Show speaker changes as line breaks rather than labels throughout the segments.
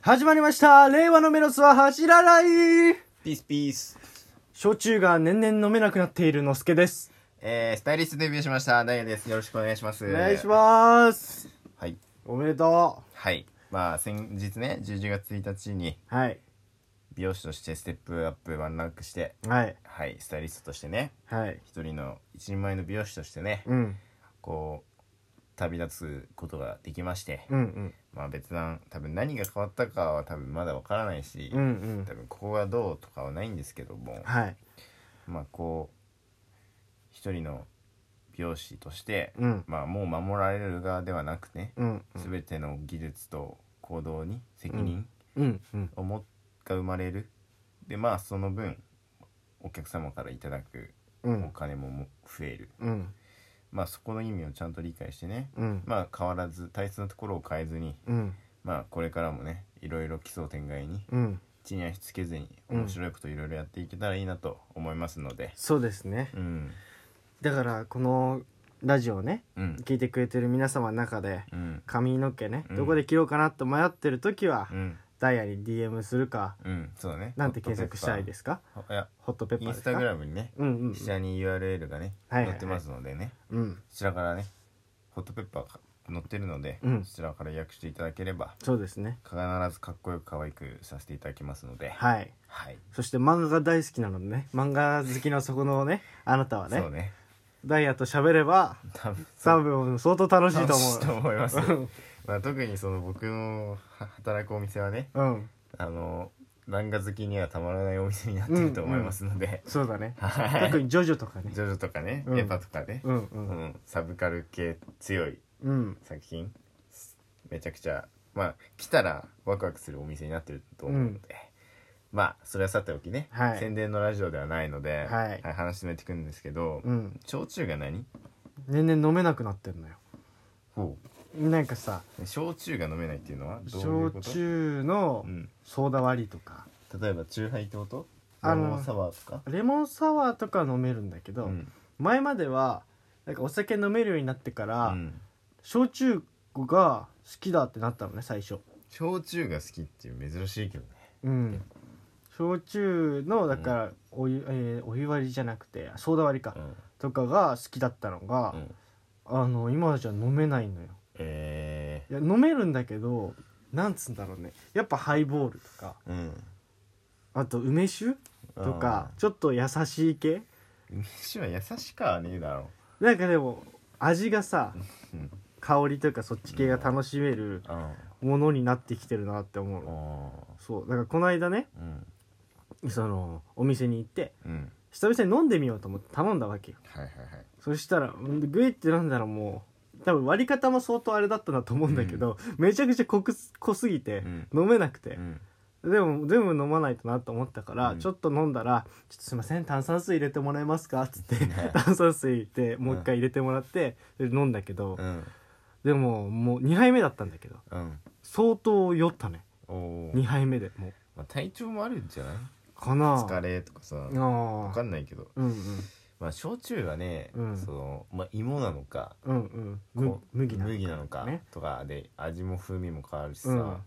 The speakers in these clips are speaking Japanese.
始まりました令和のメロスは走らない
ピースピース。
焼酎が年々飲めなくなっているのすけです。
えー、スタイリストデビューしました。ダイヤです。よろしくお願いします。
お願いします。
す。はい。
おめでと
はい。まあ、先日ね、11月1日に
う。はい。
美容師としてステップアップワンランクして、
はい。
はい、スタイリストとしてね、
はい。
一人の一人前の美容師としてね、
うん。
こう、旅立つことができまして、
うんうん。
まあ別段、多分何が変わったかは多分まだわからないし、
うんうん
多。分ここがどうとかはないんですけども、
はい。
まあこう、一人の美容師として、
うん。
まあもう守られる側ではなくね、
うん。
全ての技術と行動に責任
うん。うん。
を持っが生まれる、でまあその分お客様からいただく
う
お
ん。
金もも増える、
うん。
まあそこの意味をちゃんと理解してね、
うん。
まあ変わらず大切なところを変えずに
うん。
まあこれからもねいろいろ奇想天外に
うん。
地に足つけずに
うん
面白いこといろいろやっていけたらいいなと思いますので
そうですね。
うん
だから、このラジオをね、
うん
聞いてくれてる皆様の中で、
うん
髪の毛ね、
うん
どこで切ろうかなと迷ってる時は
う、ん
ダイヤに DM するか、
うんそうだね
なんて検索したらいいですすか
いや
ホットペッパ
イ
ー
ン
です
ス
か
タグラムにね
うんうん
下に URL がね、
はいはいはい
載ってますのでね
うん。うん。
そちらからねホットペッパーが載ってるので、
うん
そちらから予約していただければ
そうですね。
必ずかっこよく可愛くさせていただきますのでい、
はい。
はい
そして漫画が大好きなのでね、漫画好きのそこのね、あなたは
そ
ね、
うね
ダイヤと喋れば、
多分
多分相当楽しいと思う。
楽しいと思います
うん
まあ、特にその僕のは働くお店はね
うん。
あの漫画好きにはたまらないお店になってると思いますので、
そうだね。
はい
特にジョジョとかね
ジ。ョジョとかね、
うん
エヴァとかね、
うんう
うん
ん。
サブカル系強い
うん。
作品めちゃくちゃまあ来たらワクワクするお店になってると思うので、まあそれはさておきね、
はい
宣伝のラジオではないので、
はい
話進めていくんですけど、
うん。
焼酎が何
年々飲めなくなってんのよ。
ほ
なんかさ、
う焼酎が飲めないっていうのはどういうこ
焼
と、
酎の
うん、
ソーダ割りとか、
例えばチューハイってこと
あの
レモンサワーとか
レモンサワーとか飲めるんだけど、
ん
前までは、なんかお酒飲めるようになってか
う
ら、
ん、
焼酎が好きだってなったのね、最初。
焼酎が好きっていう珍しいけどね
うん焼酎のだからお湯,、えーお湯割りじゃなくてソーダ割りか、
うん、
とかが好きだったのが
う、ん、
あの今じゃ飲めないのよ
え
いや飲めるんだけどなんつうんだろうねやっぱハイボールとか
ー、うん
あと梅酒とかちょっと優しい系
うん飯は優しかはねえだろ
なんかでも味がさ
うん
香りとかそっち系が楽しめる
あ
ものになってきてるなって思うの
あ
そうだからこの間ね
うん
そのお店に行って
うん
久々に飲んでみようと思って頼んだわけよ
はいはいはい
そしたらうんグイってなんだろうもう多分割り方も相当あれだったなと思うんだけど、めちゃくちゃ濃くす濃すぎて
うん
飲めなくて
う、ん
でも全部飲まないとなと思ったから、
うん
ちょっと飲んだら「ちょっとすいません炭酸水入れてもらえますか?」っつ って、
ね
炭酸水入れてもう一回入れてもらって、で飲んだけど、
うん
でももう2杯目だったんだけど
うん
相当酔ったね
おお
2杯目でもう
まあ、体調もあるんじゃない
かな
疲れとかさ
あ
わ
ー
かんないけど
うんうん
まあ焼酎はね、
うん
そのまあ芋なのか
うんうん
こ
む
う
麦なのか
麦なのか
ね
とかで味も風味も変わるしさ、
うん
ま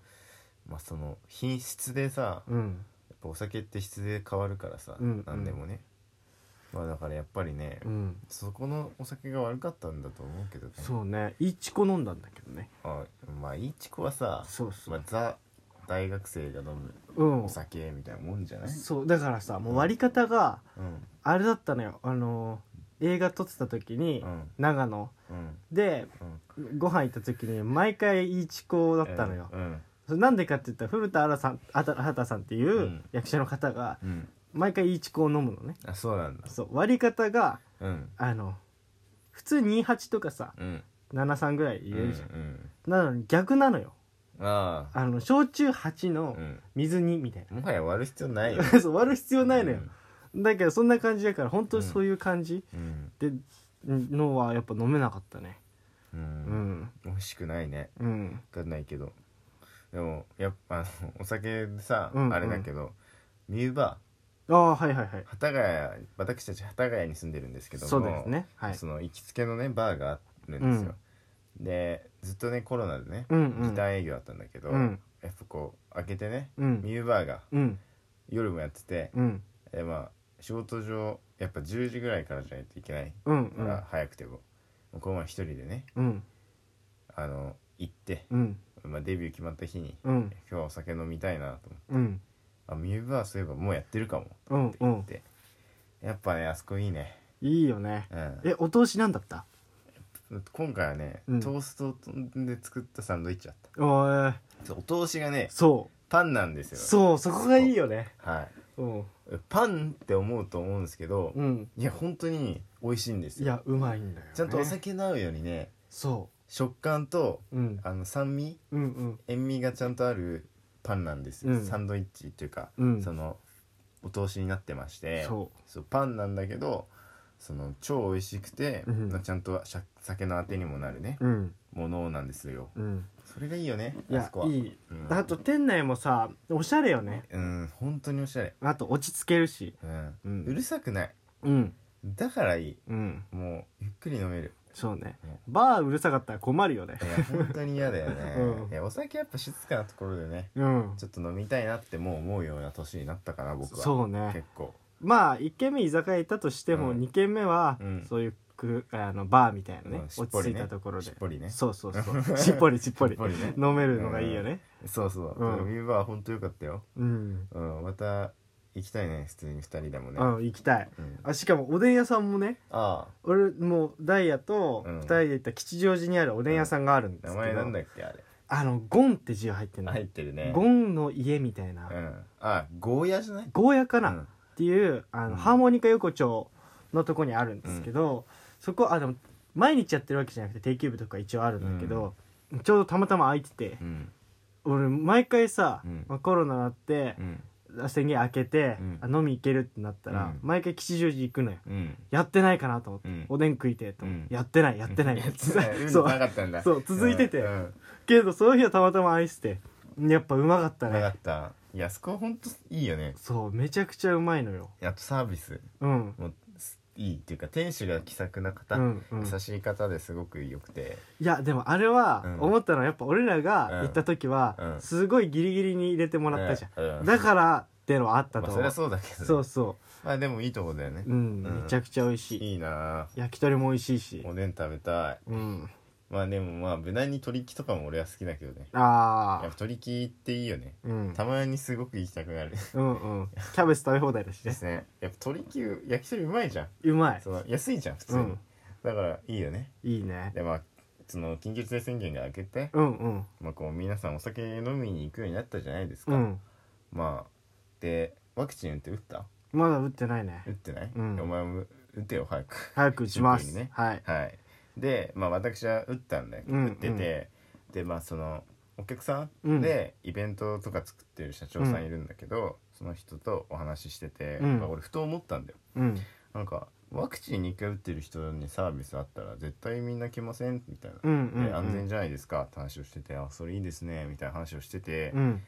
あその品質でさやっ
うん
ぱお酒って質で変わるからさ、
うん
何でもねまあだからやっぱりね、
うん
そこのお酒が悪かったんだと思うけどね
そうねイチコ飲んだんだけどね
あまあいちこはさ、
そうそ
ま
う、
あ、ザ大学生が飲む
うん
お酒みたいなもんじゃない、
そうだからさもう割り方が
うん
あれだったのよあのー映画撮ってた時に、
うん
長野
うん
で
うん
ご飯行った時に毎回いちこだったのよ、
うん
それなんでかって言ったら古田新太さんあた新太さんっていううん役者の方が
うん
毎回いちこを飲むのね
あそうなんだ
そう割り方が
うん
あの普通28とかさ
うん
73ぐらい入れ
うん
るじゃん、
うん
なのに逆なのよ
ああ
あの焼酎8の
うん
水2みたい
もはや割る必要ないよ
な、 そう割る必要ないのよ、だけどそんな感じだから本当にそういう感じ、
うん
でのはやっぱ飲めなかったね
う、
うんん
美味しくないね
うん
わかんないけどでもやっぱあのお酒でさ、
うんうん
あれだけどミューバ
ああはいはいはい
ー幡ヶ谷私たち幡ヶ谷に住んでるんですけども
そうですねはい
その行きつけのねバーがあるんですよ、でずっとねコロナでね、
うんうん
ギター営業だったんだけど、
うん
やっぱこう開けてね、
うん
ミューバーが
うん
夜もやってて、
うん
えまあ仕事上やっぱ10時ぐらいからじゃないといけないか
うんう
ら
ん
早くても,、もうこの前一人でね
うん
あの行って、
うん
まあ、デビュー決まった日に
うん
今日はお酒飲みたいなと思って
うん
あミューバーそういえばもうやってるかも
う
っ
ん
て
う
言っ
ん
て、やっぱねあそこいいね、
いいよね
うん、
えお通しなんだった
今回はね、
うん
トーストで作ったサンドイッチだっ
おー
たそうお通しがね
そ
パンなんです
う
よ
そうそこがいいよね
はい
うん
パンって思うと思うんですけど、
うん
いや本当に美味しいんです
い
よ
やうまいんだよね
ちゃんとお酒の合うようにね
そ
食感と
ううん
あの酸味
うんうん
塩味がちゃんとあるパンなんですよ、
うん
サンドイッチっていうか、
うん
そのお通しになってまして
そ
そうパンなんだけどその超美味しくて、
うん
なちゃんとしゃ酒のあてにもなるね
ううん
ものなんですよ
うん
それがいいよね
い
あ
や
そこはい
い
うん、
あと店内もさおしゃれよね
うん本当におしゃれ、
あと落ち着けるし
うん
う
うんるさくない
うん
だからいい
うん
もうゆっくり飲める
そうね
ね
バーうるさかったら困るよね
いや本当に嫌だよね
、うん
いやお酒やっぱ静かなところでね
うん
ちょっと飲みたいなってもう思うような年になったかな僕は
そうね
結構
まあ1軒目居酒屋行ったとしても
うん
2軒目は
うん
そういうくあのバーみたいなね
うんしっ
落
ぽ
ち着
りね
いたところ
し
で
っぽりね
そうそうそうしっぽりしっぽり
しっぽりね
飲めるのがいいよね
そうそう、
うん
でもビーバー本当よかったよ、
うん
うん、また行きたいね普通に2人でもね、
うん行きたい
うん
あしかもおでん屋さんもね
ああ
俺もうダイヤと
うん
2人で行った吉祥寺にあるおでん屋さんがあるんです
名
けど、
前なんだっけあれ
あのゴンって字が入ってるの、
入ってるね
ゴンの家みたいな、
うんあゴーヤじゃない
ゴーヤかな、
う
っ
ん
ていうあの、
うん
ハーモニカ横丁のとこにあるんですけど、そこあの毎日やってるわけじゃなくて定休日とか一応あるんだけど、ちょうどたまたま空いてて
うん
俺毎回さ、
うん
まあ、コロナになって
う、ん
宣言開けて、
うん
あ飲み行けるってなったら、
うん
毎回吉祥寺行くのよ
うん
やってないかなと思って、
うん
おでん食いてえと思って、
うん
やってない やって ない
やってない運
そ
動
う
なかったんだ
そう続いてて
うんうん
けどその日はたまたま愛してやっぱうまかった
なか
ね
ったいやそこほんといいよね
そうめちゃくちゃうまいのよ
あとサービス
うん
もすいいっていうか店主が気さくな方、
うんうん
優しい方ですごく良くて
いやでもあれは
うん
思ったのはやっぱ俺らが
う
行
ん
った時は
うん
すごいギリギリに入れてもらったじゃ
うんん
だからってのはあった
ま
と
あ
思
そりゃ
う
そうだけど、ね、
そうそ
まあでもいいとこだよね
ううん
うん
めちゃくちゃ美味しい
いいなあ
焼き鳥も美味しいし
おでん食べたい
うん
まあでもまあ無難に鳥木とかも俺は好きだけどね
あ
や
あ
っぱ鳥木っていいよね
うん
たまにすごく行きたくなる
うんうんキャベツ食べ放題だし
で
ね
すねやっぱ鳥木焼き鳥うまいじゃん
うまい
その安いじゃん普通に、
うん
だからいいよね
いいね
でまあその緊急事態宣言が明けて、
うんうん
まあ、こう皆さんお酒飲みに行くようになったじゃないですか、
うん
まあでワクチン打って打った
まだ打ってないね
打ってない、
うん
お前も打てよ早く
早く打ちま
シン
す
プルにね
はい
はいでまあ私は打ったんだけど、
うん
打っててでまあそのお客さ
うん
んでイベントとか作ってる社長さんいるんだけど、その人とお話ししてて、
うん
まあ俺ふと思ったんだよ
うん
なんかワクチン2回打ってる人にサービスあったら絶対みんな来ませんみたいな、
うんうんうん
で安全じゃないですかって話をしててあそれいいですねみたいな話をしてて、
うん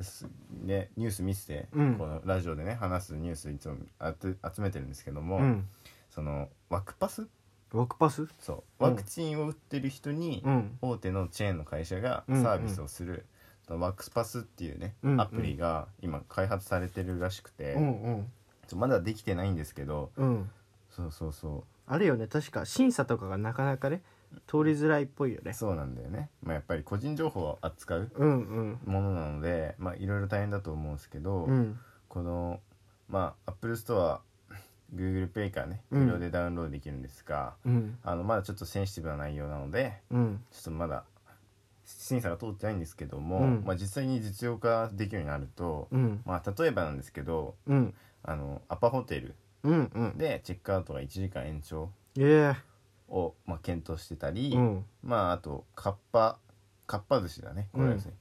すね、ニュース見せて、
うん
このラジオでね話すニュースいつもあて集めてるんですけども、
うん
そのワクパス
ワクパス
そうワクチンを打ってる人に
うん
大手のチェーンの会社がサ
うん
ービスをする、そのワックスパスっていうね、
うん
アプリが今開発されてるらしくて、
うんうん
そうまだできてないんですけど
うん
そうそうそ
あれよね確か審査とかがなかなかね通りづらいっぽいよ
う
ね
そうなんだよね、まあ、やっぱり個人情報を扱う
うんうん
ものなのでまあいろいろ大変だと思うんですけど、
うん
このまあ Apple ストア GooglePay からね
うん
無料でダウンロードできるんですが、
うん
あのまだちょっとセンシティブな内容なので
うん
ちょっとまだ審査が通ってないんですけども、
うん
まあ、実際に実用化できるようになると、
うん
まあ、例えばなんですけど
うん
あのアパホテル
うんうん
でチェックアウトが1時間延長
え
を、まあ、検討してた
え
り、
うん
まあ、あとかっぱかっぱ寿司だねこれはですね、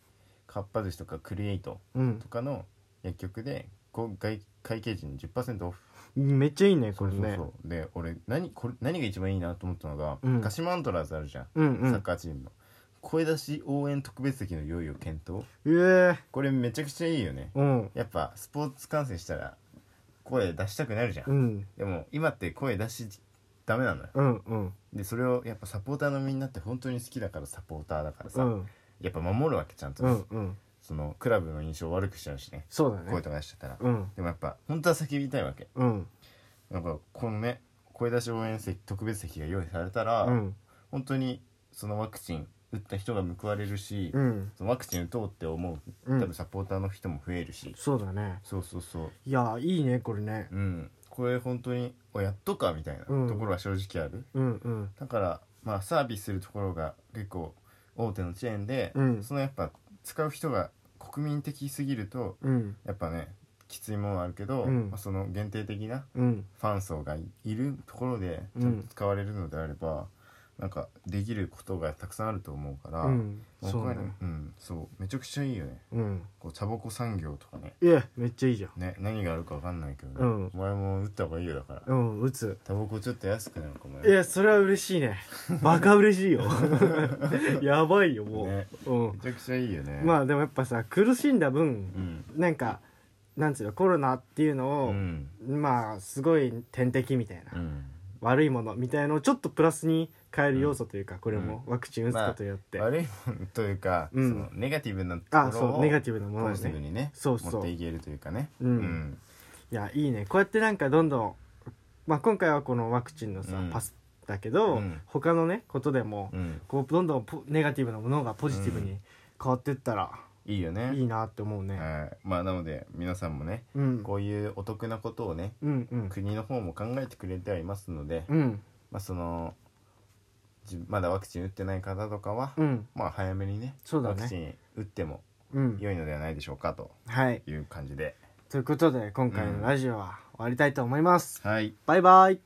かっぱ寿司とかクリエイト
うん
とかの薬局でこう外会計時に10%オフ
めっちゃいいねこ
そう
れ
そうそう、
ね
で俺何これ何が一番いいなと思ったのが、
うん
鹿島アントラーズあるじゃん、
うんう
サッ
ん
カーチームの声出し応援特別席の用意を検討
ええ
これめちゃくちゃいいよね
うん
やっぱスポーツ観戦したら声出したくなるじゃん、
うん
でも今って声出しダメなのよ
うんうん
でそれをやっぱサポーターのみんなって本当に好きだからサポーターだからさ、
うん
やっぱ守るわけちゃんと、
うんうん
そそのクラブの印象を悪くしちゃうしね
そうだ
声
ね
とかしてたら、
うん
でもやっぱ本当は叫びたいわけ
うん
なんかこのね声出し応援席特別席が用意されたら、
うん
本当にそのワクチン打った人が報われるし、
うん
そのワクチン打とうって思う
う
多
ん
分サポーターの人も増えるし、
そうだね
そうそうそう
いやいいねこれね
うんこれ本当におやっとかみたいな
うん
ところは正直ある、
うんうん
だからまあサービスするところが結構大手のチェーンで、
うん
そのやっぱ使う人が国民的すぎると
うん
やっぱねきついものはあるけど、
うん
まあ、その限定的な
うん
ファン層がいるところで
うん
ちゃんと使われるのであれば、なんかできることがたくさんあると思うから、
うん
僕
そう
は
だ
ね
ね
うん、そうめちゃくちゃいいよね
うん
こうタバコ産業とかね
いやめっちゃいいじゃん
ね何があるかわかんないけどね、
うん
お前も打った方がいいよだか
う
ら、
ん打つ
タバコちょっと安くなるかも
いやそれは嬉しい ねバカ嬉しいよやばいよもう、
ね
うん
めちゃくちゃいいよね
ま
あ
あでもやっぱさ苦しんだ分
うん
なんかなんつうのコロナっていう
う
のを、
ん
まあすごい天敵みたいな、
うん
悪いものみたいのをちょっとプラスに変える要素というか、これもワクチン打つことによって、
悪いものというか、
うん
そのネガティブなところを
あそうネガティブなものを
ポジティブ
ね
にね
そうそう
持っていけるというかね
うんいやいいねこうやってなんかどんどん、まあ、今回はこのワクチンのさ、
うん
パスだけど、
うん
他のねことでも、
うん
こうどんどんポネガティブなものがポジティブ
う
に変わってったら
いいよね
いいなって思うね、
はいまあなので皆さんもね
うん
こういうお得なことをね
うんうん
国の方も考えてくれてはいますので、
うん
まあ、そのじまだワクチン打ってない方とかは、
うん
まあ早めにね
そうだね
ワクチン打っても
うん
良いのではないでしょうかと
はい
いう感じで
ということで今回のラジオは終わりたいと思います、
はい
バイバイ